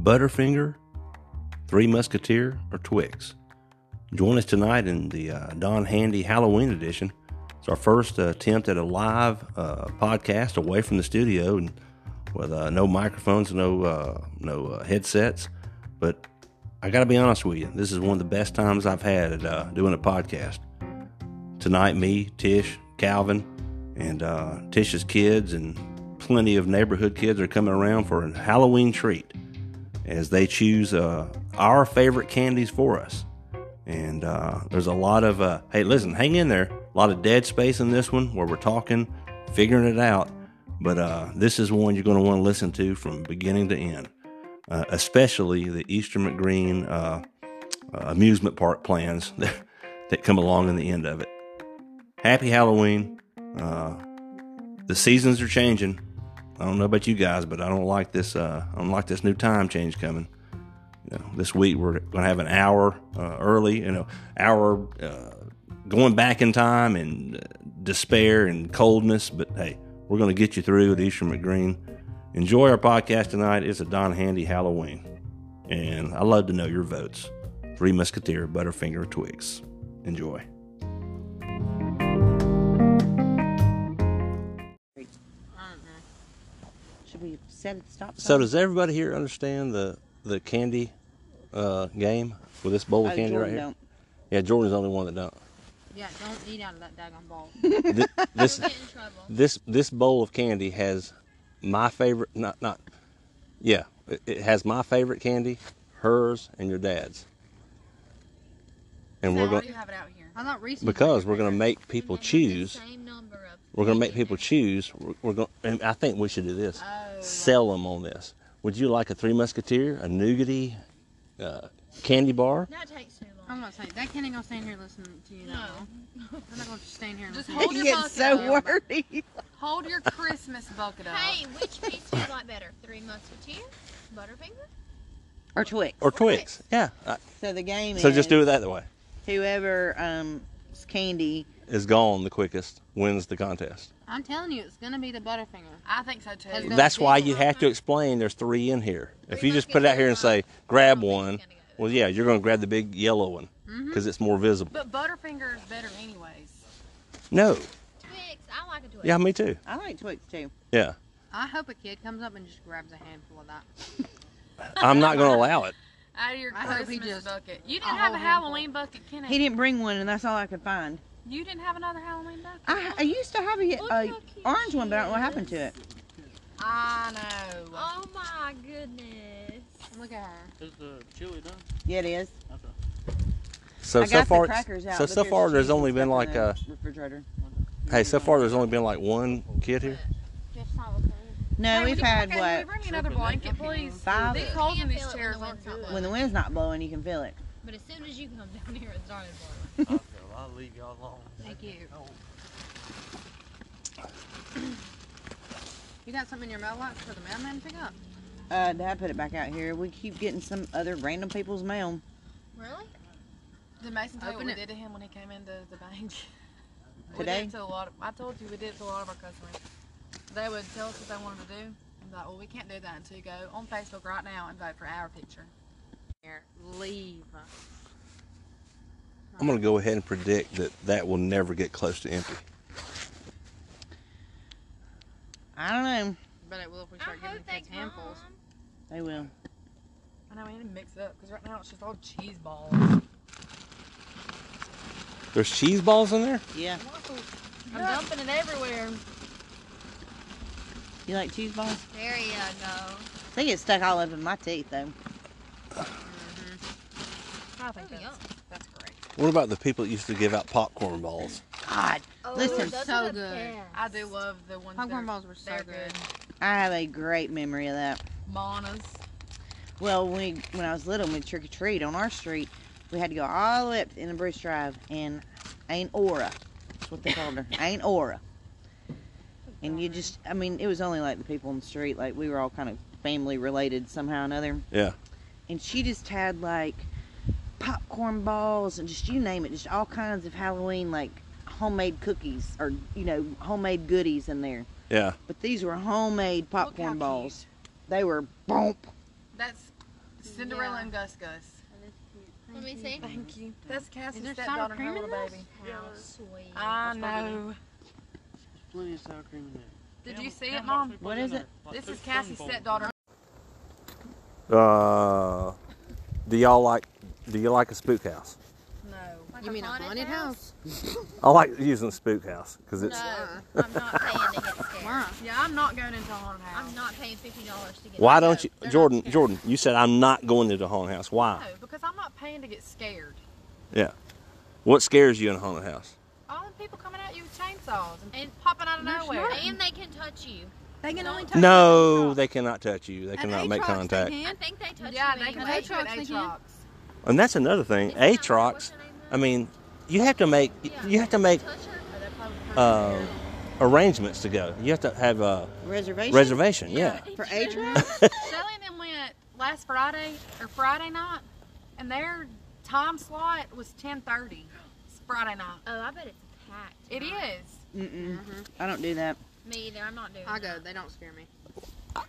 Butterfinger, Three Musketeer, or Twix. Join us tonight in the uh, Don Handy Halloween edition. It's our first uh, attempt at a live uh, podcast away from the studio and with uh, no microphones, no uh, no uh, headsets. But I got to be honest with you, this is one of the best times I've had at uh, doing a podcast. Tonight, me, Tish, Calvin, and uh, Tish's kids, and plenty of neighborhood kids are coming around for a Halloween treat as they choose uh, our favorite candies for us. And uh, there's a lot of, uh, hey, listen, hang in there. A lot of dead space in this one where we're talking, figuring it out. But uh, this is one you're going to want to listen to from beginning to end, uh, especially the Eastern McGreen uh, uh, amusement park plans that, that come along in the end of it. Happy Halloween. Uh, the seasons are changing. I don't know about you guys, but I don't like this. Uh, I don't like this new time change coming. You know, this week we're going to have an hour uh, early, you know, hour uh, going back in time and uh, despair and coldness. But hey, we're going to get you through at Eastern McGreen. Enjoy our podcast tonight. It's a Don Handy Halloween, and I love to know your votes. Three Musketeer, Butterfinger, Twigs. Enjoy. Mm-hmm. Should we set it stop? So sign? does everybody here understand the the candy uh, game with this bowl of Oh, candy Jordan right here? don't. Yeah, Jordan's the only one that don't. Yeah, don't eat out of that daggone bowl. Th- this Get in trouble. this this bowl of candy has my favorite not not yeah it, it has my favorite candy, hers and your dad's. And So we're why going do you have it out here? I'm not researching. because we're going to make people And they have the choose. same number of We're going to make chicken. people choose. We're, we're going and I think we should do this. Oh, Sell them on this. Would you like a Three Musketeer, a nougaty, uh, candy bar? That takes too long. I'm not saying that can't ain't gonna stand here listening to you. No. No, I'm not gonna just stand here. And Just listen. hold It your gets bucket so up. wordy. hold your Christmas bucket up. Hey, which pizza do you like better? Three Musketeer, Butterfinger? Or Twix. Or Twix? Yeah. I- So the game so is just do it that way. whoever um s- candy Is gone the quickest wins the contest. I'm telling you, it's gonna be the Butterfinger. I think so too. That's That's why you have to explain there's three in here. If you just put it out here and say grab one, well yeah, you're going to grab the big yellow one Mm-hmm. because it's more visible. But Butterfinger is better, anyways. No. Twix. I like a Twix. Yeah, me too. I like Twix too. Yeah. I hope a kid comes up and just grabs a handful of that. I'm not going to allow it. out of your I hope he Christmas just- bucket. You I'll didn't have a hold him for Halloween bucket, can He didn't bring one, and that's all I could find. You didn't have another Halloween bucket. I, I used to have a, Look a how cute orange one, she but I don't know what happened to is. it. I know. Oh my goodness. Look at her. Is the uh, chili done? Yeah, it is. Okay. So I so got far the crackers out. so but so far there's cheese and only been stuff like in the uh refrigerator. hey, so far there's only been like one kid here. Just not with her. No, Hey, we've would you- had okay, Can you what bring me another Sure, but they blanket, please? five. These holes in Can't these feel it chairs when aren't the wind's good. not when the wind's not blowing, you can feel it. But as soon as you come down here, it started boiling. I feel I'll leave y'all alone. Thank you. You got something in your mailbox for the mailman to pick up? Uh, Dad put it back out here. We keep getting some other random people's mail. Really? Did Mason tell you what Open we it. did to him when he came into the bank? We Today? did to a lot of, I told you we did to a lot of our customers. They would tell us what they wanted to do. I'm like, well, we can't do that until you go on Facebook right now and vote for our picture. Here, leave. I'm going to go ahead and predict that that will never get close to empty. I don't know. But it will if we I start giving hope they kids come. handfuls. They will. I know we need to mix it up because right now it's just all cheese balls. There's cheese balls in there? Yeah. I'm dumping it everywhere. You like cheese balls? There you go. They get stuck all over my teeth though. I There think we go. that's, that's great. What about the people that used to give out popcorn balls? God, Listen. Oh, those So are the good. best. I do love the ones Popcorn that are, balls were so they're good. I have a great memory of that. Manas. Well, when we, when I was little, we trick or treat on our street. We had to go all the way up in the Bruce Drive, and Aunt Aura, that's what they called her, Aunt Aura. And you just, I mean, it was only like the people on the street, like we were all kind of family related somehow or another. Yeah. And she just had like popcorn balls and just you name it, just all kinds of Halloween like homemade cookies or you know homemade goodies in there. Yeah. But these were homemade how popcorn cute. balls. They were bump. That's Cinderella Yeah. and Gus Gus. Let me see. Thank you. That's Cassie's Is there sour stepdaughter and her cream little in this? baby. How sweet. I Let's not do that. know. Plenty of sour cream in there. Did Yeah, you see yeah, it, like Mom? three What fourths is in it? there. Like This three is Cassie's spoonfuls. stepdaughter. Uh, do y'all like do you like a spook house? No. Like You mean a haunted house? I like using spook house because No, it's I'm not paying to get scared. Why? Yeah, I'm not going into a haunted house. I'm not paying fifty dollars to get. Why to go. don't you, They're not Jordan? scary. Jordan, you said I'm not going to the haunted house. Why? No, because I'm not paying to get scared. Yeah. What scares you in a haunted house? All the people coming at you with chainsaws and, And- popping out of There's nowhere. not. And they can touch you. They can only touch No, they cannot touch you. They At cannot make Atrox, they contact. can. I think they touch Yeah, you. they can Are they touch you at trucks Atrox. they can? And that's another thing. Atrox. I mean, you have to make you have to make uh, arrangements to go. You have to have a Reservation? reservation. Yeah. For Adrian? Shelly and them went last Friday or Friday night, and their time slot was 10:30. It's Friday night. Oh, I bet it's packed. It is. Mm-mm. I don't do that. Me either. I'm not doing. I that. go. They don't scare me.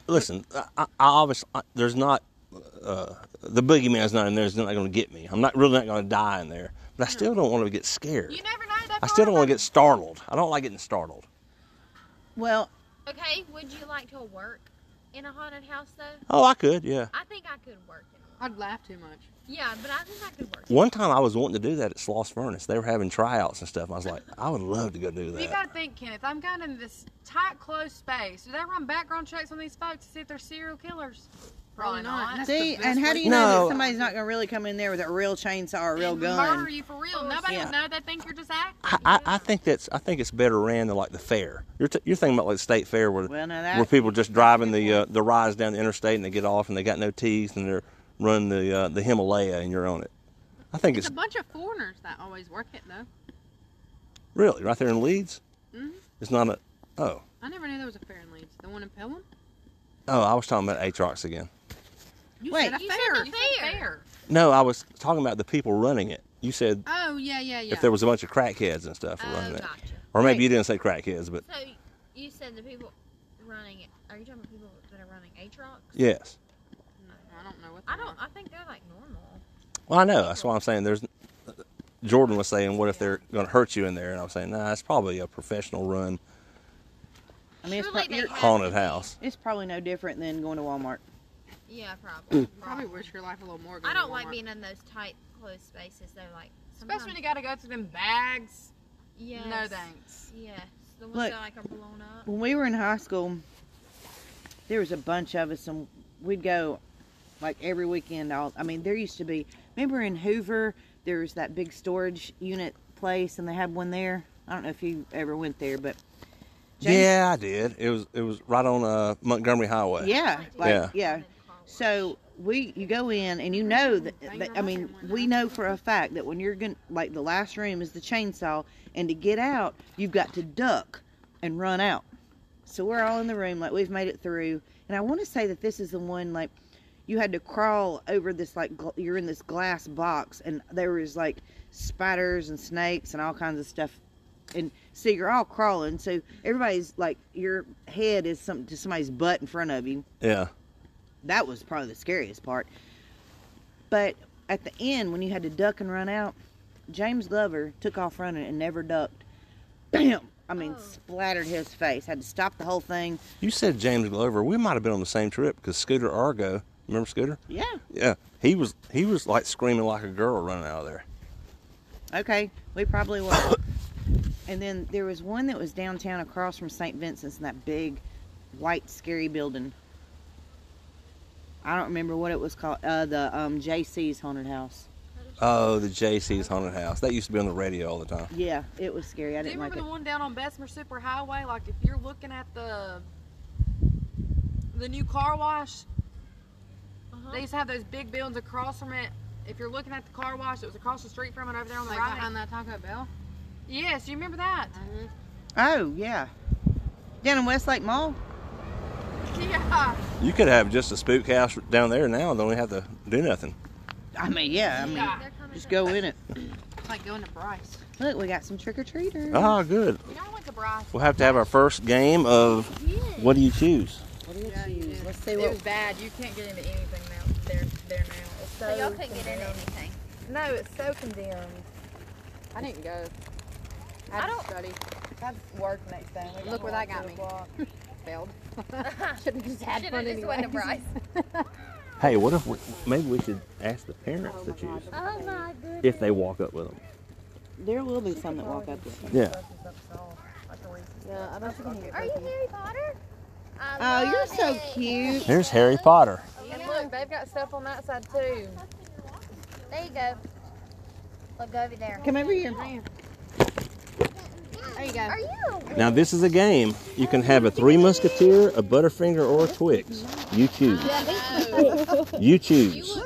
Listen, I, I obviously there's not uh, the boogeyman's not in there. It's not going to get me. I'm not really not going to die in there. But I still don't want to get scared. You never know. That's I still don't all want to get startled. I don't like getting startled. Well, Okay, would you like to work in a haunted house though? Oh, I could. Yeah. I think I could work in one. I'd laugh too much. Yeah, but I think I could work. One time I was wanting to do that at Sloss Furnace. They were having tryouts and stuff. and I was like, I would love to go do You gotta that. think, Kenneth. I'm going in this tight, closed space. Do they run background checks on these folks to see if they're serial killers? Probably not. That's see, the best and how way do to you know No. that somebody's not going to really come in there with a real chainsaw or a real And Murder gun? you for real. Nobody Yeah. would know. They think you're just acting. I, I, I think that's I think it's better ran than like the fair. You're, t- you're thinking about like the state fair where Well, now that- where people just driving the uh, the rides down the interstate and they get off and they got no teeth and they're running the uh, the Himalaya and you're on it. I think It's it's, a bunch of foreigners that always work it though. really right there in Leeds. Mhm. It's not a oh I never knew there was a fair in Leeds. The one in Pelham. oh I was talking about Atrox again. You Wait. said a You said fair. the fair. No, I was talking about the people running it. You said Uh, Oh yeah, yeah, yeah. if there was a bunch of crackheads and stuff Oh, running it, gotcha. or maybe you didn't say crackheads, but So you said the people running it. Are you talking about people that are running Atrox? yes. No, I don't know what. I they don't. are. I think they're like normal. Well, I know. That's why I'm saying there's. Jordan was saying, "What if they're going to hurt you in there?" And I'm saying, "Nah, it's probably a professional run I mean, it's, Surely prob- they you're- have- haunted house." it's probably no different than going to Walmart. Yeah, probably. Hmm. Probably wish your life a little more. I going to don't like Walmart. being in those tight, closed spaces though. Like sometimes. Especially when you gotta go through them bags. yes. No thanks. Yes. The ones Look. that like are blown up. When we were in high school, there was a bunch of us, and we'd go like every weekend. All I mean, there used to be. Remember in Hoover, there was that big storage unit place, and they had one there. I don't know if you ever went there, but James- Yeah, I did. It was it was right on uh, Montgomery Highway. yeah, like, Yeah. yeah. So we, you go in, and you know that. that I mean, we know for a fact that when you're going, to like the last room is the chainsaw, and to get out, you've got to duck and run out. So we're all in the room, like we've made it through. And I want to say that this is the one like you had to crawl over this like gl- you're in this glass box, and there was like spiders and snakes and all kinds of stuff. And so you're all crawling, so everybody's like your head is some to somebody's butt in front of you yeah. that was probably the scariest part. But at the end, when you had to duck and run out, James Glover took off running and never ducked. Bam! I mean, Oh. splattered his face. Had to stop the whole thing. You said James Glover. We might have been on the same trip because Scooter Argo. Remember Scooter? Yeah. Yeah, he was he was like screaming like a girl running out of there. Okay, we probably were. and then there was one that was downtown across from St. Vincent's in that big, white, scary building. I don't remember what it was called. Uh, the um, JC's haunted house. Oh, the JC's haunted house. That used to be on the radio all the time. Yeah, it was scary. I Do you didn't like it. remember the one down on Bessemer Superhighway? Like if you're looking at the the new car wash, Uh-huh. they used to have those big buildings across from it. If you're looking at the car wash, it was across the street from it over there on the like right. behind Uh-huh. that Taco Bell. Yes, you remember that? Oh yeah, down in Westlake Mall. Yeah. You could have just a spook house down there now and don't even have to do nothing. I mean, yeah, I mean, Yeah. They're coming just down. go in it. It's like going to Bryce. Look, we got some trick or treaters. Ah, good. You know, I went to Bryce. We'll have to have our first game of what do you choose? What do you Yeah, you choose? did. Let's see It what. was bad. You can't get into anything now there. there now. It's so, So y'all couldn't condemned. get into anything. No, it's so condemned. I didn't go. I, I had to don't- study. I have work next day. We got Look where that got two me. o'clock. Failed. Shouldn't have just had Should've fun just anyway. went to Bryce. Hey, what if we, maybe we should ask the parents to choose Oh my goodness. if they walk up with them? There will be some that walk up with. Yeah. Yeah, I don't think I'm Are you Harry Potter? I Oh, you're love so it. cute. There's Harry Potter. And look, they've got stuff on that side too. There you go. Look over there. Come over here. There you go. Are you a witch? Now this is a game. You can have a Three Musketeer, a Butterfinger, or a Twix. You choose. You choose.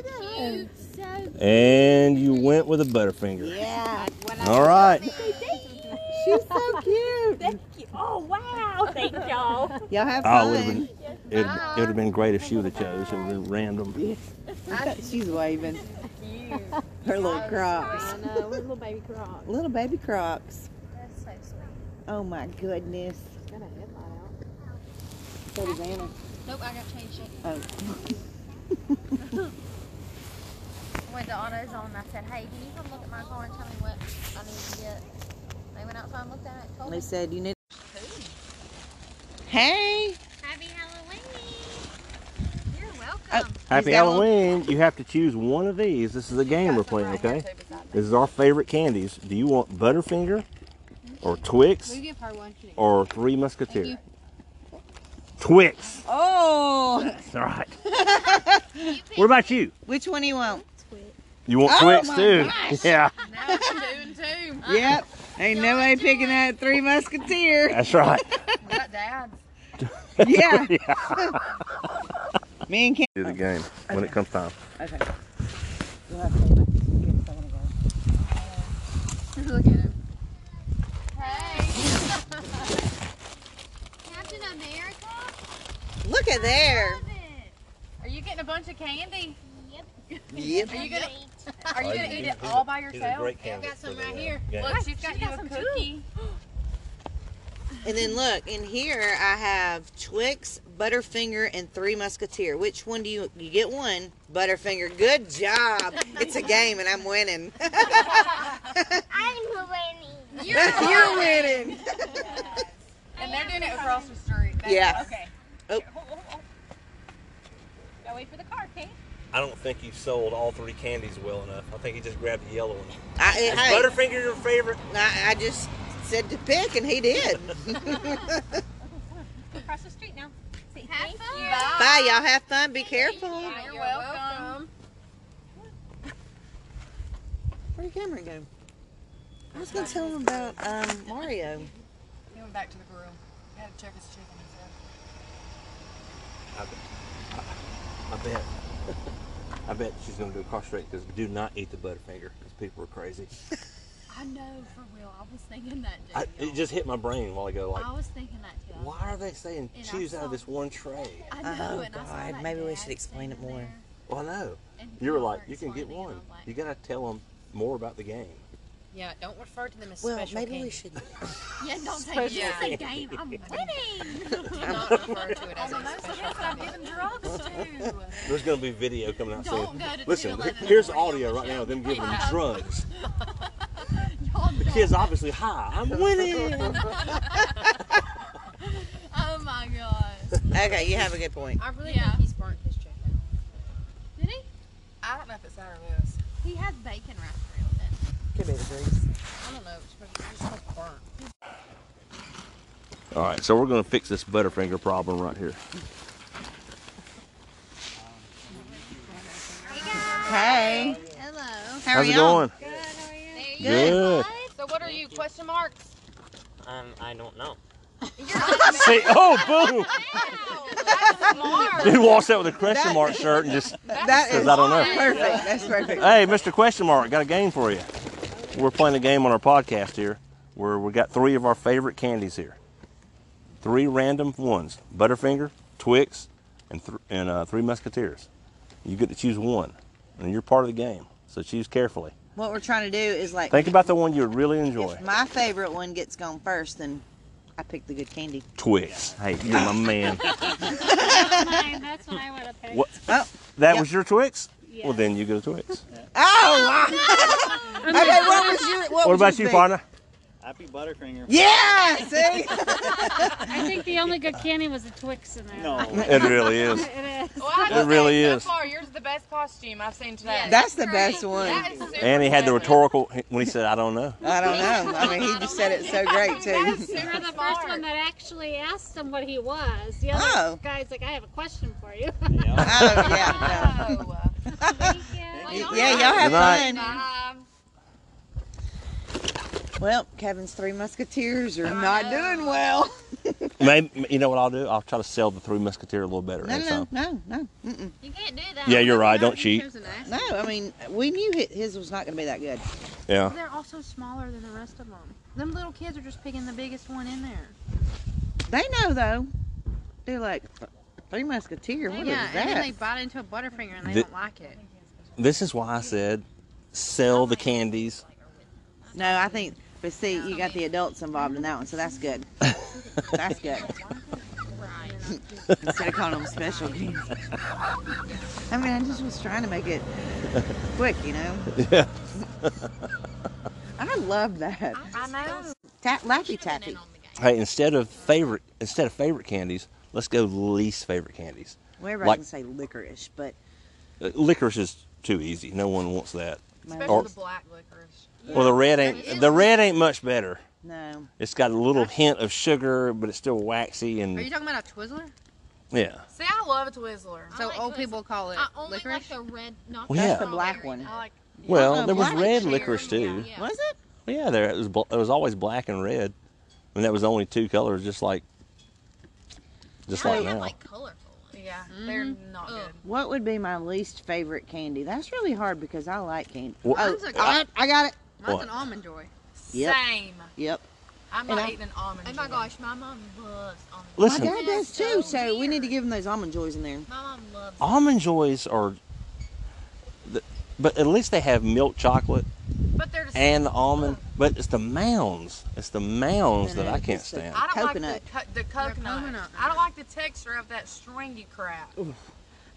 And you went with a Butterfinger. Yeah. All right. She's so cute. Thank you. Oh, wow. Thank y'all. Y'all have Oh, it would have fun. been, it would have been great if she would have chose. It would have been random. She's waving. Her little crocs. know, little baby croc. Little baby crocs. That's so sweet. Oh, my goodness. Got a headlight out. So does Anna. Nope, I got changed it. Oh. I went to AutoZone and I said, hey, can you come look at my car and tell me what I need to get? They went outside and looked at it and told They me. said you need. Hey. Happy Halloween! You're welcome. Happy He's got a little- Halloween. You have to choose one of these. This is a game we're playing, okay? This is our favorite candies. Do you want Butterfinger or Twix Will you give her one? She didn't. or Three Musketeer? Thank Twix. Oh. That's all right. what about you? Which one do you want? You want Oh Twix my too? gosh. Yeah, Now it's two and two. Yep. Ain't nobody picking that Three Musketeer. that's right. Not dad's. Yeah. yeah. Me and Kim. Do the game when it comes time. Okay. You'll have to leave it. Give someone a go. Look at him. Captain America? Look at there. Are you getting a bunch of candy? Yep. Yep. Are you gonna? Are you gonna eat it all by yourself? I've got some uh, right here. Look, she's got you a cookie. And then look in here, I have Twix, Butterfinger, and Three Musketeer. Which one do you you get? One Butterfinger. Good job. It's a game, and I'm winning. I'm winning. You're winning. And they're doing it across the street. They- Yeah. Okay. Oh. Here, hold- hold- hold. Gotta wait for the car, Kate. I don't think you sold all three candies well enough. I think you just grabbed the yellow one. I, I, Butterfinger your favorite? I, I just said to pick, and he did. Across the street now. See, Have thank fun. you. Bye, y'all. Have fun. Be careful. You're, You're welcome. Where did Cameron go? I was gonna tell him about um, Mario. He went back to the grill. He had to check his chicken and stuff. I bet. I bet she's gonna do incarcerate because do not eat the Butterfinger because people are crazy. I know for real. I was thinking that, I, too. it just hit my brain while ago. Like, I was thinking that too. I- why are they saying And I choose out of saw- this one tray? I know, Oh, and I saw God. that Maybe we dad should explain it standing more. there, Well, no. and You were people like, you can get explaining, and I one. was like, You gotta tell them more about the game. Yeah, don't refer to them as Well, special maybe candy. we should. Yeah, don't take it. Yeah. It's a game. I'm winning. not refer to it as And a those are special kids I'm giving drugs to. There's gonna be video coming out Don't soon. go to Listen, 211 in the here's morning audio on the right now of them giving Yeah. drugs. Y'all The kid's obviously high. I'm winning. don't- Oh my god. Okay, you have a good point. I really Yeah. think he's burnt his chicken. Did he? I don't know if it's that or this. He has bacon wrapped around it. Could be the grease. I don't know. It's supposed to- it's supposed to burn. All right, so we're gonna fix this Butterfinger problem right here. Hey, Hello. how are How's it y'all? going? There you Good. So what are you? Question marks? Um, I don't know. See, oh, Mark. boom! Dude walks out with a question That- mark shirt and just, That Says is I don't know. perfect. That's perfect. hey, Mr. Question Mark, got a game for you. We're playing a game on our podcast here, where we got three of our favorite candies here, three random ones: Butterfinger, Twix, and th- and uh, Three Musketeers. You get to choose one, and you're part of the game. So choose carefully. What we're trying to do is like Think about the one you would really enjoy. if my favorite one gets gone first, then I pick the good candy. Twix. Hey, you're my man. Mine, That's what I want to pick. What? Oh, That Yep. was your Twix? Yeah. Well, then you get a Twix. Oh, my. okay, what was your. What, What would about you, think? partner? Happy Butterfinger. Yeah, see? I think the only good candy was the Twix in there. No. It really is. It is. Well, I have to It say, really so is. far, yours is the best costume I've seen today. That's the best one. That is super And he had the impressive. rhetorical when he said, "I don't know." I don't know. I mean, he just said it so great, That is too. You super were the first smart. one that actually asked him what he was. The other Oh. guy's like, I have a question for you. Yeah. I don't, yeah, no. Oh, yeah. Y- Yeah, y'all have Good night. fun. um, Well, Kevin's Three Musketeers are not doing well. Maybe you know what I'll do? I'll try to sell the Three Musketeer a little better No, next no, time. no, no, mm-mm. You can't do that. Yeah, you're right. no, Don't he cheat. chose an ass. no. I mean, we knew hi- his was not going to be that good. Yeah. They're also smaller than the rest of them. Them little kids are just picking the biggest one in there. They know though. They're like Three Musketeers. What is yeah, and then that? they bite into a butterfinger and they The- don't like it. This is why I said, sell the candies. No, I think. But see, you got the adults involved in that one, so that's good. That's good. Instead of calling them special games. I mean, I just was trying to make it quick, you know. Yeah. I love that. I know. Ta- lappy tappy. Hey, instead of favorite, instead of favorite candies, let's go least favorite candies. Well, everybody Like- can say licorice, but Uh, Licorice is too easy. No one wants that. my, Especially Or- the black licorice. Well, the red ain't. The red ain't much better. no. It's got a little hint of sugar, but it's still waxy Are you and talking about a Twizzler? yeah. See, I love a Twizzler. So like old Twizzlers. people call it I only like licorice. the red, not Well, the yeah. That's the black one. I like Well, Oh, there was black red cherry, licorice too. yeah. Was it? Yeah, there it was. bl- It was always black and red, and that was the only two colors, just like, just I like have now. like colorful ones. yeah, they're not Ugh. good. What would be my least favorite candy? That's really hard because I like candy. Well, oh, Mine's a- I, I got it. Mine's What? an almond joy. Yep. Same. Yep. I'm And not I- eating an almond. Oh my joy. gosh, my mom loves almond. My Listen, dad does too, so so we need to weird. give him those almond joys in there. My mom loves. almond joys are, the, but at least they have milk chocolate But they're just, and almond. But it's the mounds. It's the mounds that I It's can't the- stand. I don't Coconut. like the, co- the coconut. coconut. I don't like the texture of that stringy crap.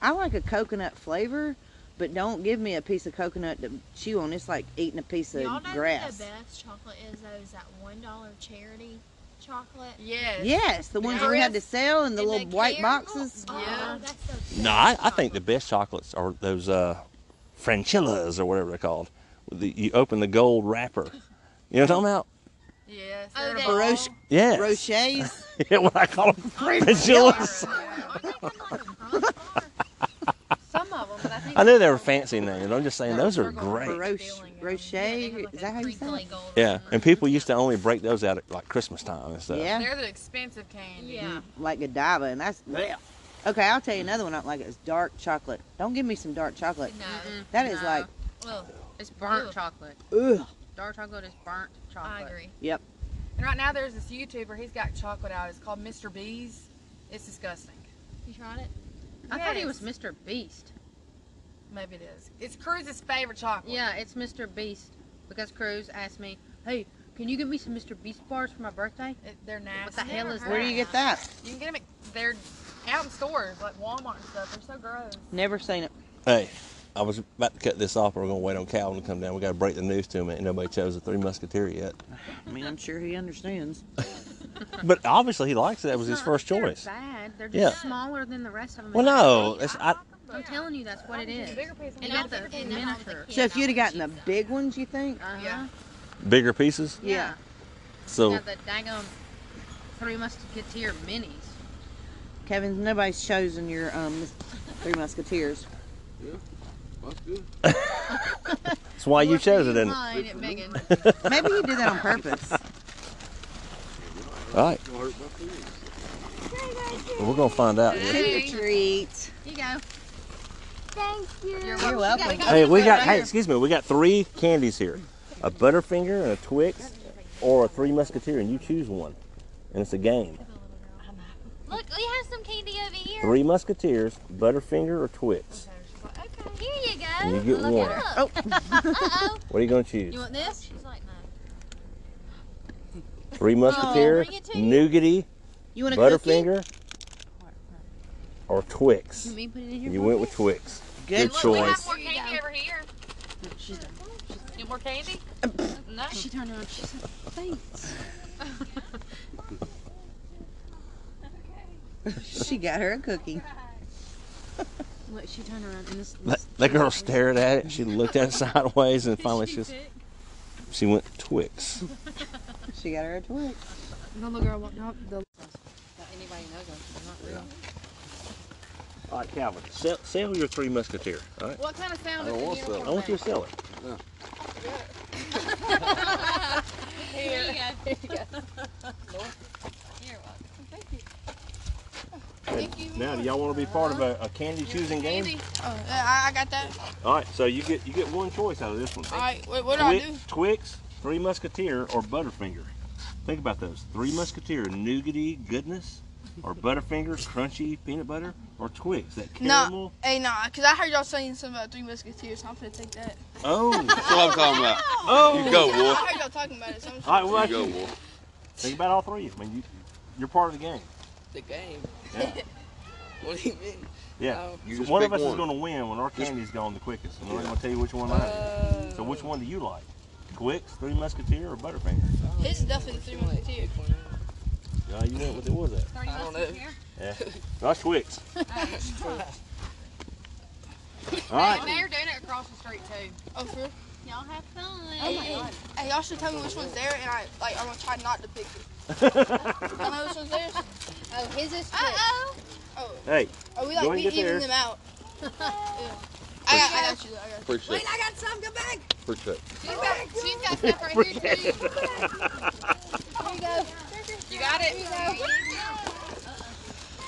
I like a coconut flavor, but don't give me a piece of coconut to chew on. It's like eating a piece Y'all of know what grass. the best chocolate is though? Is that one dollar charity chocolate? Yes. Yes, the ones we had to sell in the And little white boxes. caramel? Yeah. Oh, that's the best No, I, I chocolate. think the best chocolates are those uh, franchillas or whatever they're called. With the- you open the gold wrapper. You know what I'm talking about? Yes. Oh, they're in a that- bowl. Roche, Yeah. Roche's. Yeah, what I call them franchillas. Aren't they kind of like a brunch bar? Some of them, but I think I knew they were fancy names. I'm just saying those are great. Roche, Roche. Is that how you say Crinkly it? gold. Yeah, and people used to only break those out at like Christmas time and stuff. Yeah. they're the expensive candy. Yeah. like Godiva, and that's bleh. okay. I'll tell you another one I don't like is dark chocolate. Don't give me some dark chocolate. No. That is No. like Well, It's burnt Ew. chocolate. ugh. Dark chocolate is burnt I chocolate. agree. And right now there's this YouTuber. He's got chocolate out. It's called Mr. Bees. It's disgusting. You tried it? I thought he was Yes. Mr. Beast. Maybe it is. It's Cruz's favorite chocolate. Yeah, it's Mr. Beast because Cruz asked me, "Hey, can you give me some Mr. Beast bars for my birthday?" It, they're nasty. What the hell is Where do you get that? You can get them. At, they're out in stores like Walmart and stuff. They're so gross. Never seen it. Hey, I was about to cut this off, but we're gonna wait on Calvin to come down. We gotta break the news to him. Ain't nobody chose the Three Musketeer yet. I mean, I'm sure he understands. But obviously he likes it. That was It's his not first that they're choice. Bad. They're Yeah. just smaller than the rest of them. Well, no, it's, I, I'm telling you, that's what it is. Bigger piece. You And got that's the think it is. miniature. So if you'd have gotten the big ones, you think? Uh-huh. Yeah. bigger pieces. Yeah. So You got the daggum three musketeer minis. Kevin's nobody's chosen your um Three Musketeers. That's good. that's why Uh, you Look, chose it, you isn't it? lying at Megan. Maybe he did that on purpose. All right, Don't hurt my feelings. we're gonna find out. Trick or treat. You go. Thank you. You're You're welcome. Hey, we got. Hey, excuse me. We got three candies here: a Butterfinger and a Twix, or a Three Musketeer, and you choose one. And it's a game: Look, we have some candy over here. Three Musketeers, Butterfinger, or Twix. Here you go. And you get Look one. at her. Oh, Uh-oh. What are you gonna choose? You want this? She's like, no. Three Musketeer, bring it to you. Nougaty, you want a cookie? Butterfinger, or Twix. You mean put it in here? You went with Twix. Good. Look, we have choice. more candy over here. She's done. You more candy? No. She turned around. She said, "Thanks." She got her a cookie. Look, she turned around and this. That, that girl stared at it. She looked at it sideways, and finally she just she went Twix. She got her a Twix. The little girl walked up. The Anybody knows us, they're not real. All right, Calvin, sell, sell your Three Musketeer. All right, What kind of sound I is don't the want unicorn? some. I want you to sell it. Now, do y'all want to be part of a, a candy choosing game? Candy. Oh, I, I got that. All right, so you get you get one choice out of this one. All right, what, what do I Twi- do? Twix, Three Musketeer, or Butterfinger. Think about those: Three Musketeer, nougaty goodness, or Butterfinger, crunchy peanut butter, or Twix, that caramel. Hey, nah, because I heard y'all saying some uh, Three Musketeers, so I'm going to take that. Oh, That's what I'm talking about. oh. You go, I Wolf. heard y'all talking about it, so I'm All right, well, You go, that's- Wolf. think about all three. I mean, you, you're part of the game. The game. Yeah. What do you mean? Yeah. Oh. You So just one pick of us is one. going to win when our candy's gone the quickest, and I'm going to tell you which one mine is. So which Uh. one do you like? Twix, Three Musketeer, or Butterfinger? His is definitely Three Musketeers. Yeah, you went with it was that. I don't know. Yeah. That's Twix. all right. They're doing it across the street too. Oh, for real? Oh Y'all have fun. Hey, y'all should tell me which one's there, and I, like, I'm going to try not to pick it. I know which one's theirs. Oh, his is Uh oh. hey, Are we Go like and we get evening there. them out? yeah. I, got, I got you. though, I got Appreciate it. I got some. Come back. Appreciate it. She's got, she's got stuff right here too. You got it.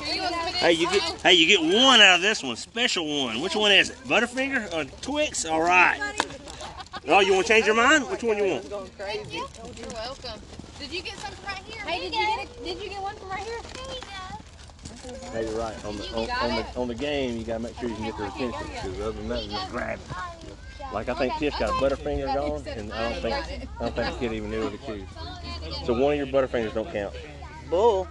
Here you go. hey, you get hey, you get one out of this one, special one. Which one is it? Butterfinger or Twix? All right. Oh, you want to change your mind? Which one you want? You're welcome. Did you get something right here? Hey, did you get a, did you get one from right here? Hey, you're right. On the on, on the on the game, you gotta make sure you can get their attention because other than that, you just grab. it. Like I think Tiff got a Butterfinger gone, and I don't think I don't think the kid even knew what to choose. So one of your Butterfingers don't count. bull.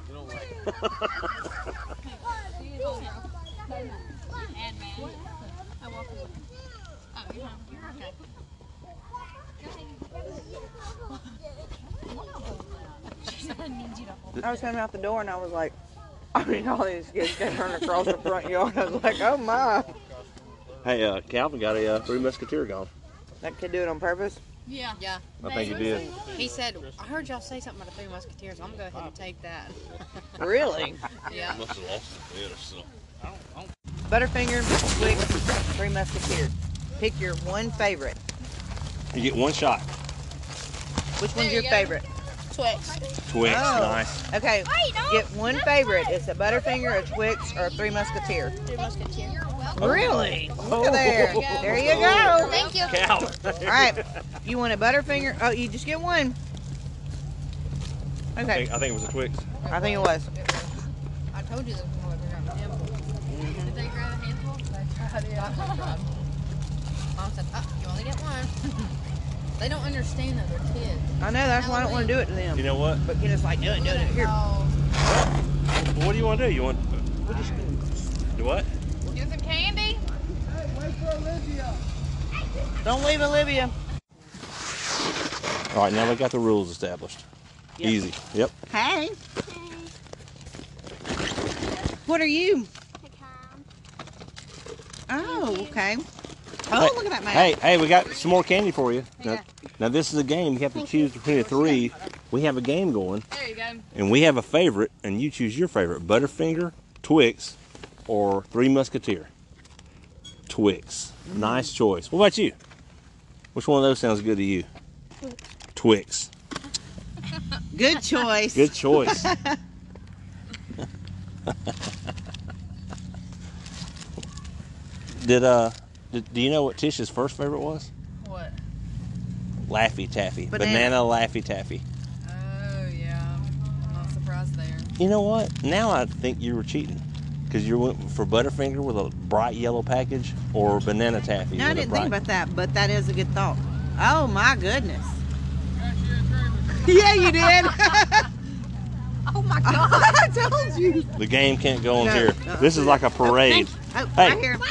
I was coming out the door and I was like, I mean, all these kids got turned across the front yard. I was like, "Oh my!" Hey, uh, Calvin got a uh, Three Musketeer gone. That kid do it on purpose. Yeah. Yeah. I think he did. He said, I heard y'all say something about the Three Musketeers. I'm going to go ahead and take that. Really? Yeah. Must have lost his head or something. Butterfinger, Twix, Three Musketeers. Pick your one favorite. You get one shot. Which one's your favorite? Twix. Twix, Oh. nice. Okay, get one favorite. It's a Butterfinger, a Twix, or a Three Musketeer. Three Musketeers. Really? Look at there. There you go. Thank you. Calvin. All right. You want a Butterfinger? Oh, you just get one. I Okay. think, I think it was a Twix. I think it was. I told you that we were going to grab Did they grab a handful? Mom said, oh, you only get one. they don't understand that they're kids. I know. That's why I don't want to do it to You them. know what? But Kenneth's like, do it, do it. Here. Oh. What do you want to do? You want? Do what? Get some candy. Don't leave Olivia. All right, now we got the rules established. Yep. Easy. Yep. Hey. What are you? Oh, okay. Oh, look at that man. Hey, hey, we got some more candy for you. Now, now this is a game. You have to choose between the three. We have a game going, There you go. and we have a favorite, and you choose your favorite: Butterfinger, Twix, or Three Musketeer. Twix. Mm-hmm. Nice choice. What about you? Which one of those sounds good to you? Twix. Good choice. Good choice. did uh, did, do you know what Tish's first favorite was? What? Laffy Taffy, banana, Banana. Laffy Taffy. Oh, yeah. I'm not surprised there. You know what? Now I think you were cheating, because you went for Butterfinger with a bright yellow package or banana taffy. No, I with a didn't bright- think about that, but that is a good thought. Oh my goodness. yeah, you did. oh my god. I told you. The game can't go on No, here. uh-uh. This is like a parade. Oh, Hey. I hear him.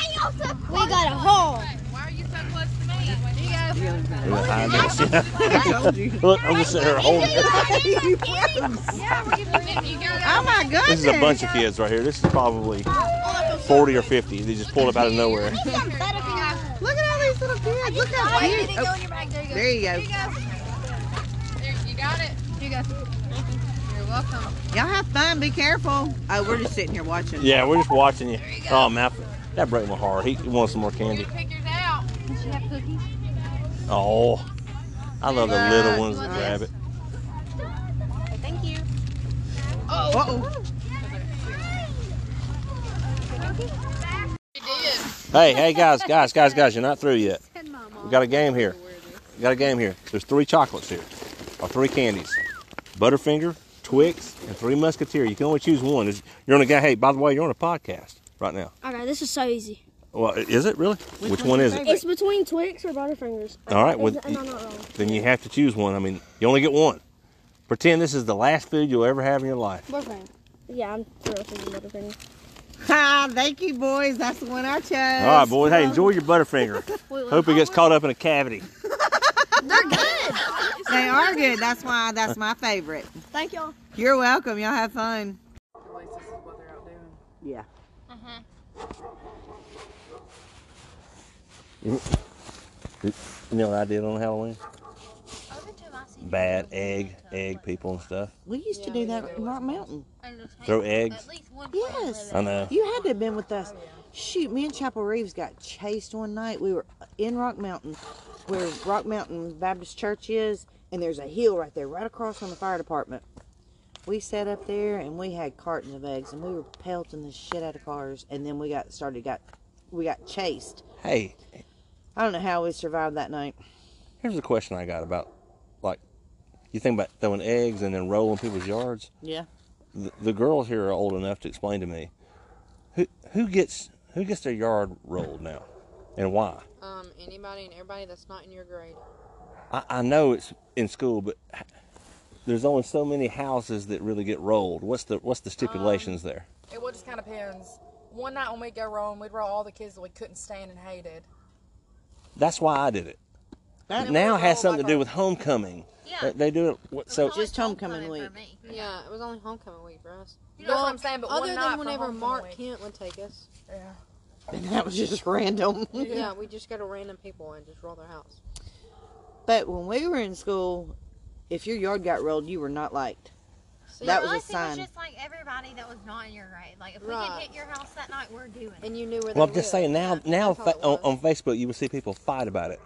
We got a hole. Why are you so close to me? You guys, I told you. Look, I'm just sitting here holding yeah, we're giving you guys. Oh my goodness. This is a bunch of kids right here. This is probably 40 or 50. They just pulled up out of nowhere. Look at all these little kids. Look how cute. Oh, there you go. There, you got it. You guys. You're welcome. Y'all have fun. Be careful. Oh, we're just sitting here watching. Yeah, we're just watching you. Oh, man. That broke my heart. He wants some more Get candy. your pictures out. Oh, I love the little ones that grab it. Thank you. Uh-oh. You did. Hey, hey, guys, guys, guys, guys, you're not through yet. We got a game here. We got a game here. There's three chocolates here, or three candies Butterfinger, Twix, and Three Musketeer. You can only choose one. There's- You're on a guy. Hey, by the way, you're on a podcast right now. Okay, this is so easy. Well, is it really? Which, one is it? It's between Twix or Butterfingers. All right, Is- well, am I not wrong? Then you have to choose one. I mean, you only get one. Pretend this is the last food you'll ever have in your life. Butterfinger. Yeah, I'm for real thinking Butterfinger. Ha, thank you, boys. That's the one I chose. All right, boys. Hey, enjoy your Butterfinger. wait, Hope it gets caught up in a cavity. They are good. That's why that's my favorite. Thank y'all. You're welcome. Y'all have fun. At least this is what they're out doing. Yeah. You know what I did on Halloween? Over to my seat. Bad egg, egg people and stuff. We used to do that in Rock Mountain. Throw eggs. At least one. Yes. I know. You had to have been with us. Shoot, me and Chapel Reeves got chased one night. We were in Rock Mountain, where Rock Mountain Baptist Church is, and there's a hill right there, right across from the fire department. We sat up there and we had cartons of eggs, and we were pelting the shit out of cars, and then we got started got we got chased. Hey, I don't know how we survived that night. here's a question I got about, like, you think about throwing eggs and then rolling people's yards. Yeah. The, the girls here are old enough to explain to me who who gets who gets their yard rolled now, and why. Um, anybody and everybody that's not in your grade. I, I know it's in school, but there's only so many houses that really get rolled. What's the what's the stipulations there? It would just kind of depends. One night when we go rolling, we'd roll all the kids that we couldn't stand and hated. That's why I did it. That- It now has something to do with homecoming. Yeah. They, they do it. what- Uh, So Just homecoming week. Yeah, it was only homecoming week for us. You know what I'm saying? But one Other night than for whenever homecoming Mark week. Kent would take us. Yeah. And that was just random. Yeah, we just go to random people and just roll their house. But when we were in school, if your yard got rolled, you were not liked. See, That For was a us, sign. It was just like everybody that was not in your grade. Like if we Right. can hit your house that night, we're doing it. and you knew where they well, I'm just lived. saying now now That's how it fa- on, on was. Facebook you will see people fight about it.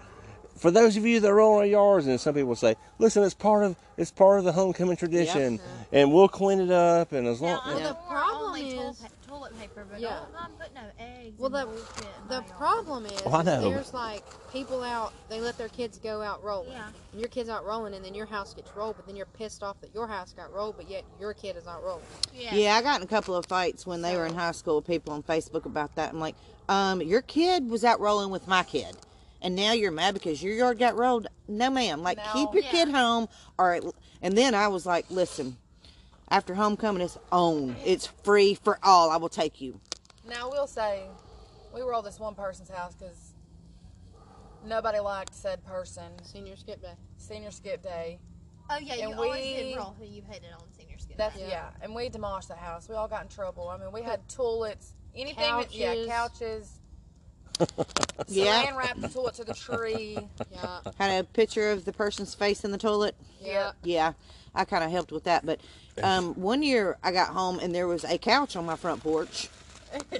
For those of you that are on our yards, and some people say, "Listen, it's part of it's part of the homecoming tradition, and we'll clean it up." And as long Now, I the wore problem only toilet is- pa- toilet paper, but Yeah. don't- I'm putting no eggs. Well, and the- bullshit in The my yard. problem is, Oh, I is know. there's like people out, they let their kids go out rolling. Yeah. And your kid's out rolling, and then your house gets rolled, but then you're pissed off that your house got rolled, but yet your kid is not rolling. Yeah. Yeah. I got in a couple of fights when they were in high school. People on Facebook about that. I'm like, um, your kid was out rolling with my kid, and now you're mad because your yard got rolled. No, ma'am. Like, No. keep your kid home. All right. And then I was like, listen, after homecoming, it's own. It's free for all. I will take you. Now, I will say, we rolled this one person's house because nobody liked said person. Senior skip day. Senior skip day. Oh yeah, you And always we- did roll who you hated on senior skip. That's day. yeah. Yeah. And we demolished the house. We all got in trouble. I mean, we had toilets, anything. That, yeah, Couches. couches. Yeah. Saran wrapped the toilet to the tree. Yeah. Had a picture of the person's face in the toilet. yeah. Yeah, I kind of helped with that. But um, one year I got home and there was a couch on my front porch.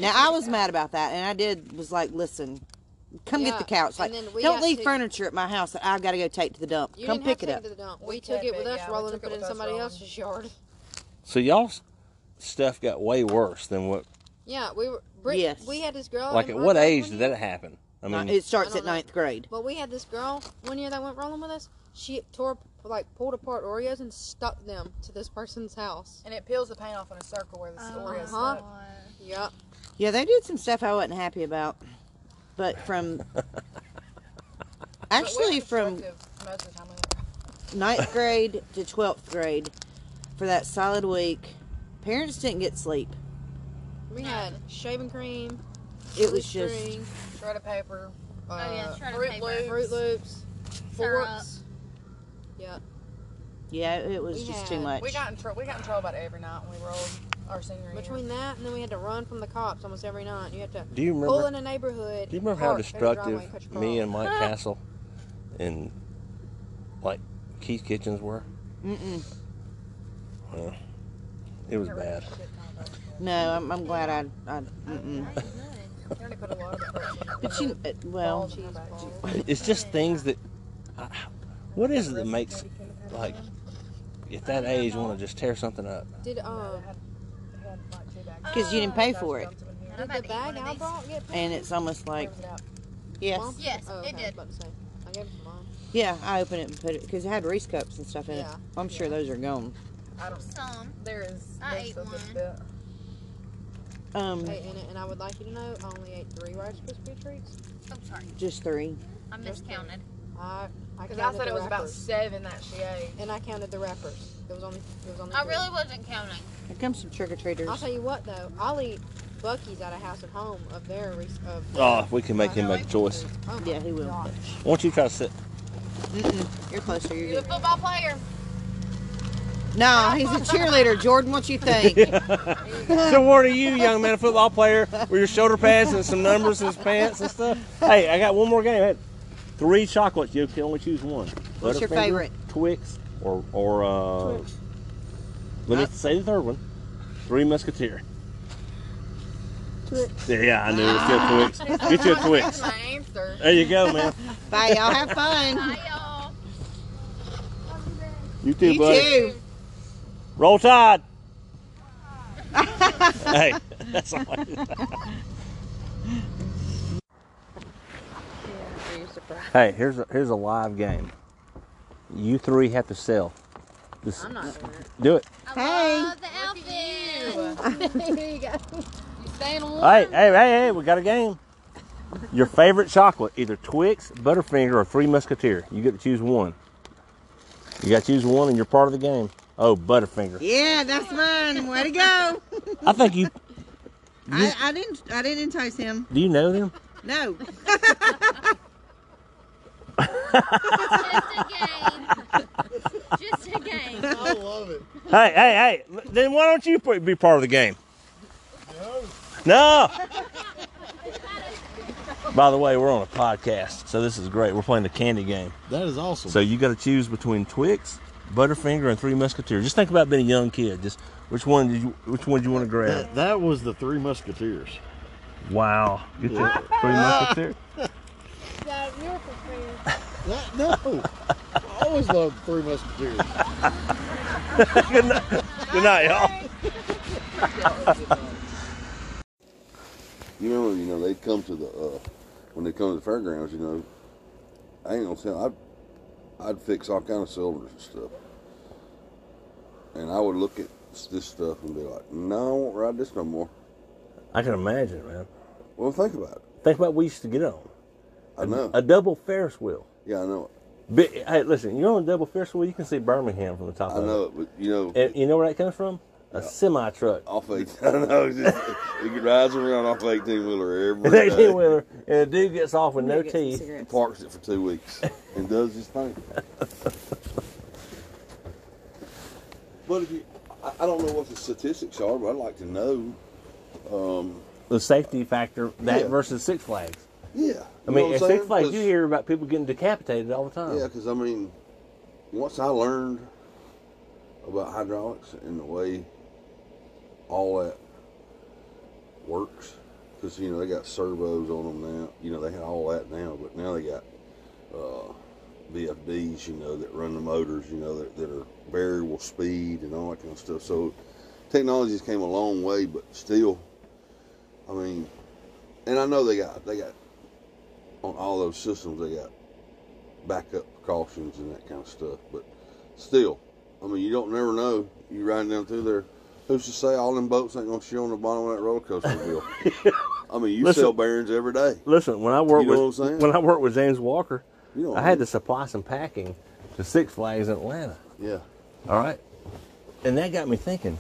Now I was mad about that, and I did was like, listen, come get the Yeah, couch. Like, and then we don't had leave to- furniture at my house that I've got to go take to the dump. You come didn't have pick it to up. take it to the dump. We We, took did, it with but us yeah, we rolling took and it put it in with us somebody rolling. else's yard. so y'all's stuff got way worse than what. Yeah, we were. Brit, Yes. We had this Oh, girl. Like, in at our what class age one did year- that happen? I No, mean, it starts I at don't know. ninth grade. But we had this girl one year that went rolling with us. She tore, like, pulled apart Oreos and stuck them to this person's house. And it peels the paint off in a circle where the story is. Uh-huh. stuck. Yep. Yeah, they did some stuff I wasn't happy about, but from But we were actually from destructive most of the time. we ninth grade to 12th grade for that solid week parents didn't get sleep We had shaving cream, It was just string, shredded paper. Oh, uh, yeah, shredded Fruit paper. Loops, Fruit Loops, Syrup. forks. Yeah. yeah, it was We just had- too much. we got in trouble. We got in trouble about it every night when we rolled our senior year. Between that and then we had to run from the cops almost every night. You have to Do you remember- pull in a neighborhood. Do you remember how park, go to the driveway, destructive catch a me car. and Mike Castle and like Keith Kitchens were? Mm-mm. Well, it was bad. No, I'm, I'm glad I. I mm-mm. But you, uh, well, It's just things that. I, what is it that makes like at that age want to just tear something up? Did um because you didn't pay for it, did the bag I brought get and it's almost like, Mom? yes, Yes, it did. I was about to say. I gave it to mom. yeah, I opened it and put it because it had Reese cups and stuff in Yeah. it. I'm sure those are gone. I don't. Some. There is. I ate one. Um, Ate in it, and I would like you to know, I only ate three Rice Krispie treats. I'm sorry. just three. I miscounted. I I Because counted I said the it was about wrappers. seven that she ate. And I counted the wrappers. It was only. It was only. I three. really wasn't counting. Here comes some trick or I'll treaters. tell you what though, I'll eat Bucky's at a house at home of their Reese- of. Oh, if we can make him make a choice. Oh Yeah, he will. Why don't you try to sit? Mm-mm. You're closer. You're You a good. football player? No, he's a cheerleader. Jordan, what you think? so what are you, young man, a football player with your shoulder pads and some numbers in his pants and stuff? Hey, I got one more game. I had three chocolates. You can only choose one. What's your Butterfinger, favorite? Twix or or uh, let me Uh, say the third one. Three Musketeer. Twix. Yeah, yeah, I knew it was still Twix. Get you a Twix. My answer. There you go, man. Bye, y'all. Have fun. Bye, y'all. You too, You buddy. too. Roll Tide. hey, that's all. I Hey, here's a, here's a live game. You three have to sell. This, I'm not doing it. do it. Hey. Love the outfit. there you go. You staying warm? Hey, hey, hey, hey, we got a game. Your favorite chocolate, either Twix, Butterfinger, or Three Musketeer. You get to choose one. You got to choose one, and you're part of the game. Oh, Butterfinger. Yeah, that's mine. Way to go. I think you. I, I didn't. I didn't entice him. Do you know them? No. Just a game. I love it. Hey, hey, hey. Then why don't you be part of the game? No. No. By the way, we're on a podcast, so this is great. We're playing the candy game. That is awesome. So you got to choose between Twix, Butterfinger, and Three Musketeers. Just think about being a young kid. Just which one did you which one do you want to grab? that, that was the Three Musketeers. Wow, get the Three Musketeers. That, no. I always loved Three Musketeers. good, night, good night, y'all. You remember, you know, they'd come to the uh, when they come to the fairgrounds. You know, I ain't gonna tell. I'd I'd fix all kind of cylinders and stuff, and I would look at s- this stuff and be like, "No, I won't ride this no more." I can imagine, man. Well, think about it. Think about what we used to get on. I know. A double Ferris wheel. Yeah, I know. Bi- hey, listen, you're on a double Ferris wheel. You can see Birmingham from the top. I of know it, but you know, And you know where that comes from? A semi truck. off eight. I know. it's Just, you could ride around off eighteen wheeler An every day. 18 wheeler, and the dude gets off with no Get some teeth. cigarettes. Parks it for two weeks and does his thing. But if you, I, I don't know what the statistics are, but I'd like to know. Um, The safety factor, that Yeah. versus Six Flags. yeah, I You know mean, what at I'm Six saying? Flags, 'Cause- you hear about people getting decapitated all the time. Yeah, because I mean, once I learned about hydraulics and the way all that works, because you know they got servos on them now. You know they had all that now, but now they got uh, VFDs, you know, that run the motors, you know, that, that are variable speed and all that kind of stuff. So technology's came a long way, but still, I mean, and I know they got they got on all those systems they got backup precautions and that kind of stuff. But still, I mean, you don't never know. You riding down through there, who's to say all them boats ain't gonna show on the bottom of that roller coaster wheel? I mean, you Listen. sell bearings every day. Listen, when I worked You know with what I'm saying? when I worked with James Walker, You know what I I had mean. to supply some packing to Six Flags in Atlanta. Yeah. All right, and that got me thinking.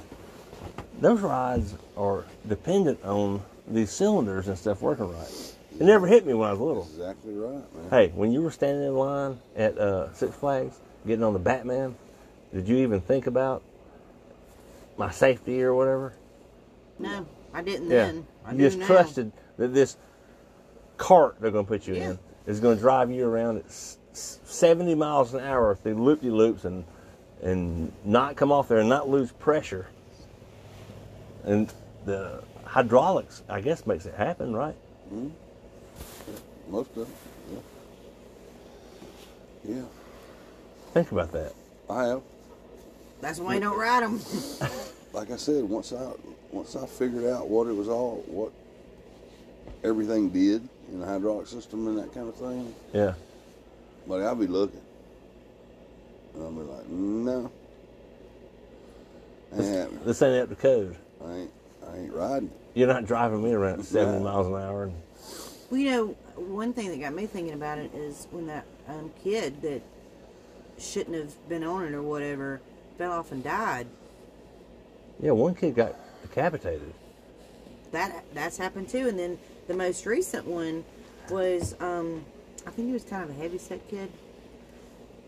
Those rides are dependent on the cylinders and stuff working right. It never hit me when I was little. Exactly right, man. Hey, when you were standing in line at uh, Six Flags getting on the Batman, did you even think about my safety or whatever? No, I didn't yeah, then. I you do just now. trusted that this cart they're going to put you Yeah. in is going to drive you around at s- s- seventy miles an hour through loop de loops and and not come off there and not lose pressure. And the hydraulics, I guess, makes it happen, right? Mhm. Most of it. Yeah. yeah. Think about that. I have. That's why you don't ride them. Like I said, once I once I figured out what it was all, what everything did in the hydraulic system and that kind of thing, Yeah. But I'll be looking. And I'll be like, no. Ain't happening. This ain't up to code. I ain't, I ain't riding. You're not driving me around at 70 No. miles an hour. And, Well, you know, one thing that got me thinking about it is when that um, kid that shouldn't have been on it or whatever fell off and died. yeah, one kid got decapitated. That that's happened too. And then the most recent one was, um, I think he was kind of a heavy set kid,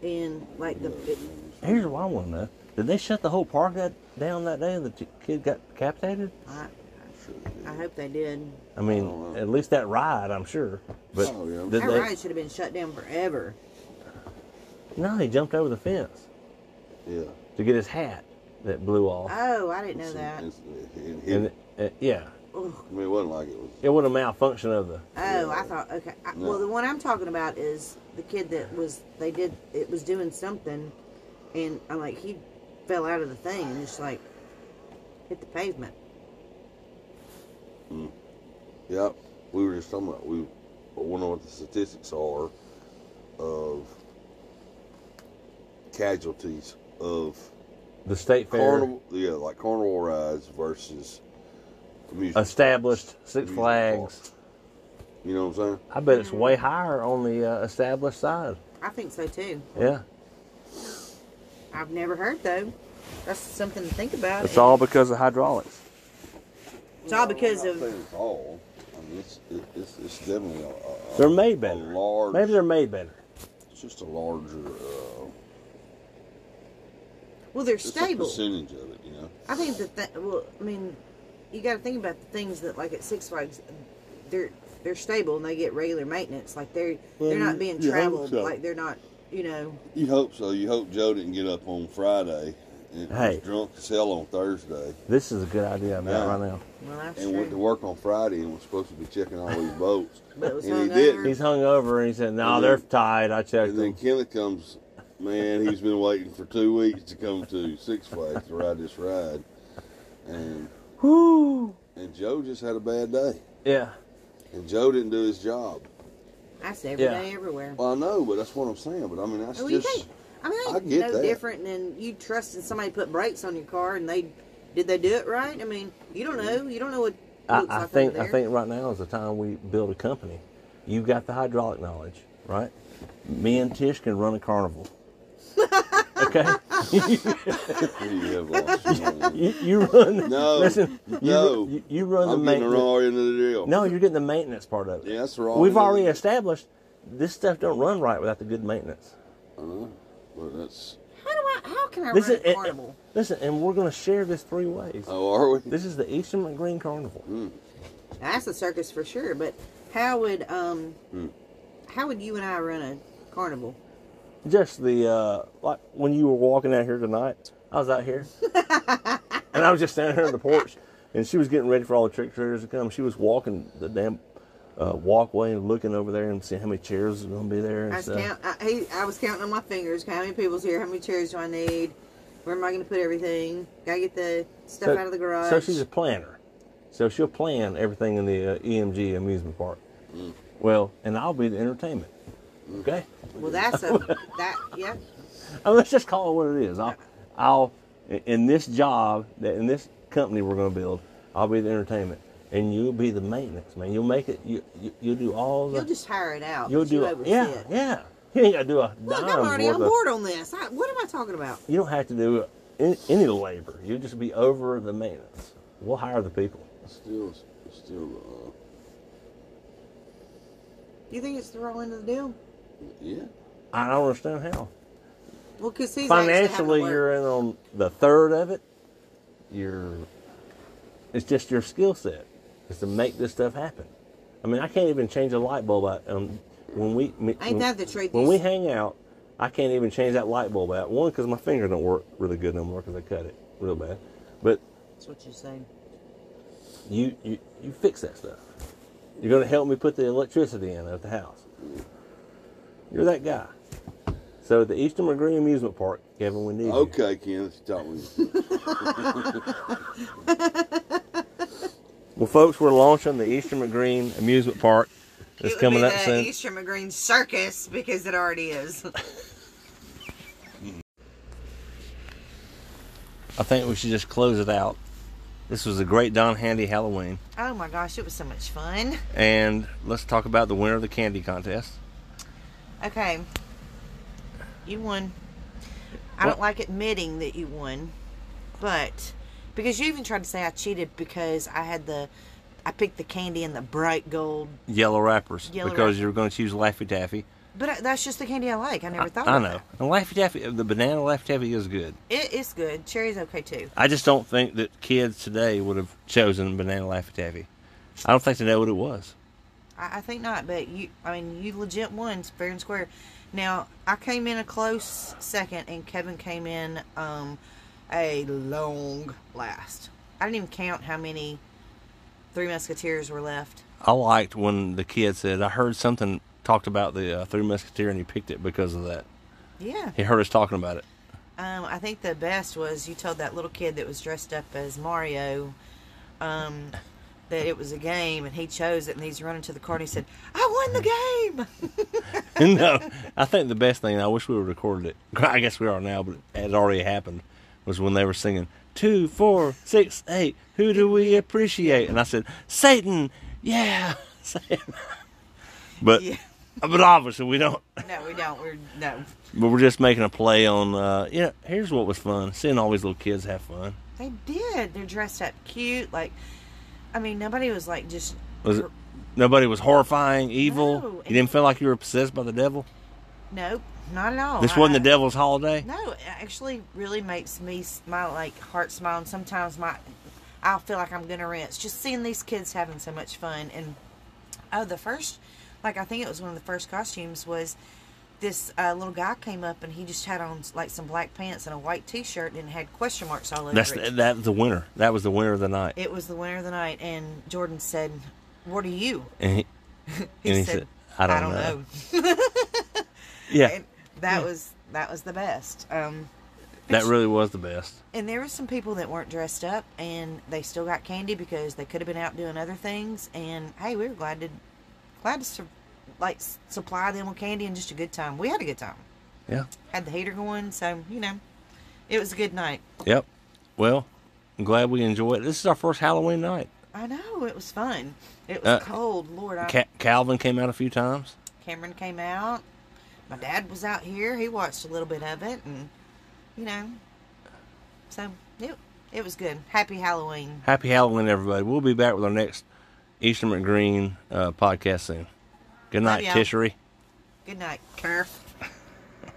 and like the it, Here's what I want to know. Did they shut the whole park that, down that day that the kid got decapitated? I, I hope they did. I Oh, mean, at least that ride, I'm sure. But did that they- ride should have been shut down forever. No, he jumped over the fence. Yeah. To get his hat that blew off. Oh, I didn't know that. and it, it- yeah, Ugh. I mean, it wasn't like it was. it was a malfunction of the. Oh, I thought okay. I, No. Well, the one I'm talking about is the kid that was they did it was doing something, and I'm like he fell out of the thing and just like hit the pavement. Mm. Yep. We were just talking about, we wonder what the statistics are of casualties of The state fair. carnival, yeah, like carnival rides versus amusement Established Six Amusement Flags. You know what I'm saying? I bet it's way higher on the uh, established side. I think so too. Yeah. I've never heard though. That's something to think about. It's all because of hydraulics. It's all because I'm of not saying it's all. I mean, it's, it, it's, it's definitely a, a, They're made better. large- Maybe they're made better. it's just a larger uh, well, they're just a stable. percentage of it, you know. I think that th- well, I mean, you got to think about the things that like at Six Flags, they're they're stable and they get regular maintenance. Like they're Well, they're you- not being you hope traveled. so. Like they're not you know. You hope so. You hope Joe didn't get up on Friday and Hey. was drunk as hell on Thursday. This is a good idea I've got Yeah. right now. Well, that's and went to true. work on Friday and was supposed to be checking all these boats. But it was and he hungover. didn't. He's hung over and he said, No, And they're then- tied. I checked And then them. Kenneth comes, man, he's been waiting for two weeks to come to Six Flags to ride this ride. And and Joe just had a bad day. Yeah. And Joe didn't do his job. That's every day, Yeah. everywhere. Well, I know, but that's what I'm saying. But I mean, that's Oh, Well, you just. think? I mean, I ain't get no that. different than you trusting somebody put brakes on your car and they did they do it right? I mean, you don't know. You don't know what. it I, looks I like think over there. I think right now is the time we build a company. You got the hydraulic knowledge, right? Me and Tish can run a carnival. Okay. you, you run. No, Listen. no. You, you run the I'm getting the maintenance. wrong end of the deal. No, you're getting the maintenance part of it. Yeah, that's the wrong We've end of already established this stuff don't run right without the good maintenance. I know. But that's. How do I? How can I Listen, run a and- carnival? Listen, and we're going to share this three ways. Oh, are we? This is the Eastern Green Carnival. That's a circus for sure. But how would um, Hmm. how would you and I run a carnival? Just the uh, like when you were walking out here tonight, I was out here, and I was just standing here on the porch, and she was getting ready for all the trick or treaters to come. She was walking the damn uh, walkway and looking over there and seeing how many chairs are going to be there and I was stuff. count. I, he, I was counting on my fingers. How many people's here? How many chairs do I need? Where am I going to put everything? Gotta get the stuff so, out of the garage. So she's a planner, so she'll plan everything in the uh, EMG amusement park. Mm. Well, and I'll be the entertainment. Okay. well, that's a that yeah. Oh, let's just call it what it is. I'll, I'll in this job that in this company we're going to build, I'll be the entertainment, and you'll be the maintenance man. You'll make it. You, you you'll do all the. You'll just hire it out. you'll but you do oversee yeah it. yeah. You ain't got to do a Look, dime I'm already worth on of- board on this. I, what am I talking about? You don't have to do any, any labor. You'll just be over the maintenance. We'll hire the people. Still, It's still, uh, You think it's the wrong end of the deal? uh, yeah. I don't understand how. Well, because he's actually having to Financially, work. you're uh, in on the third of it. You're, it's just your skill set. is to make this stuff happen. I mean, I can't even change a light bulb out. Um, when we Ain't that the truth? When we hang out, I can't even change that light bulb out. One, because my finger don't work really good no more because I cut it real bad. But That's what you're saying. you you you fix that stuff. You're gonna help me put the electricity in at the house. You're that guy. So the Eastern Green Amusement Park, Kevin, we need you. Okay, Ken, you talk with Well, folks, we're launching the Eastern McGreen Amusement Park. It's it coming would up be the soon. Eastern McGreen Circus because it already is. I think we should just close it out. This was a great Don Handy Halloween, oh my gosh, it was so much fun. and let's talk about the winner of the candy contest. Okay, you won. I don't like admitting that you won, but because you even tried to say I cheated because I had the, I picked the candy in the bright gold, Yellow wrappers, Yellow because wrap- you're going to choose Laffy Taffy. but I- that's just the candy I like. I never thought. I of know, that. and Laffy Taffy, uh, the banana Laffy Taffy is good. It is good. Cherry's okay too. I just don't think that kids today would have chosen banana Laffy Taffy. I don't think they know what it was. I, I think not, but you, I mean, you legit won fair and square. Now, I came in a close second, and Kevin came in um, a long last. I didn't even count how many Three Musketeers were left. I liked when the kid said, "I heard something talked about the uh, Three Musketeer, and he picked it because of that." Yeah. He heard us talking about it. Um, I think the best was you told that little kid that was dressed up as Mario um, that it was a game, and he chose it, and he's running to the car, and he said, I won the game! no, I think the best thing I wish we would recorded it. I guess we are now, but it had already happened. Was when they were singing two, four, six, eight. Who do we appreciate? And I said Satan. Yeah. Satan. but but obviously we don't. No, we don't. We're, no. But we're just making a play on. Uh, you know, here's what was fun: seeing all these little kids have fun. They did. They're dressed up cute. Like, I mean, nobody was like just. Was it? Nobody was horrifying, evil. No, you didn't feel like you were possessed by the devil. Nope, not at all. this wasn't I- the devil's holiday. No, it actually really makes me smile, like heart smile. And sometimes my, I'll feel like I'm gonna rinse. Just seeing these kids having so much fun. And oh, the first, like I think it was one of the first costumes was this uh, little guy came up and he just had on like some black pants and a white T-shirt and had question marks all over That's it. the, that was the winner. That was the winner of the night. It was the winner of the night, and Jordan said, "What are you?" And he, and he said, I don't, know. Yeah. And that was that was the best. Um, That really was the best. and there were some people that weren't dressed up, and they still got candy because they could have been out doing other things. And hey, we were glad to glad to su- like s- supply them with candy and just a good time. We had a good time. Yeah. Had the heater going, so you know, it was a good night. Yep. Well, I'm glad we enjoyed it. This is our first Halloween night. I know it was fun. It was Uh, cold, Lord. I, Ca- Calvin came out a few times. Cameron came out. My dad was out here. He watched a little bit of it, and you know, so it it was good. Happy Halloween. Happy Halloween, everybody. We'll be back with our next Eastern McGreen uh, podcast soon. Good Love night, y'all. Tishery. Good night, Kerf.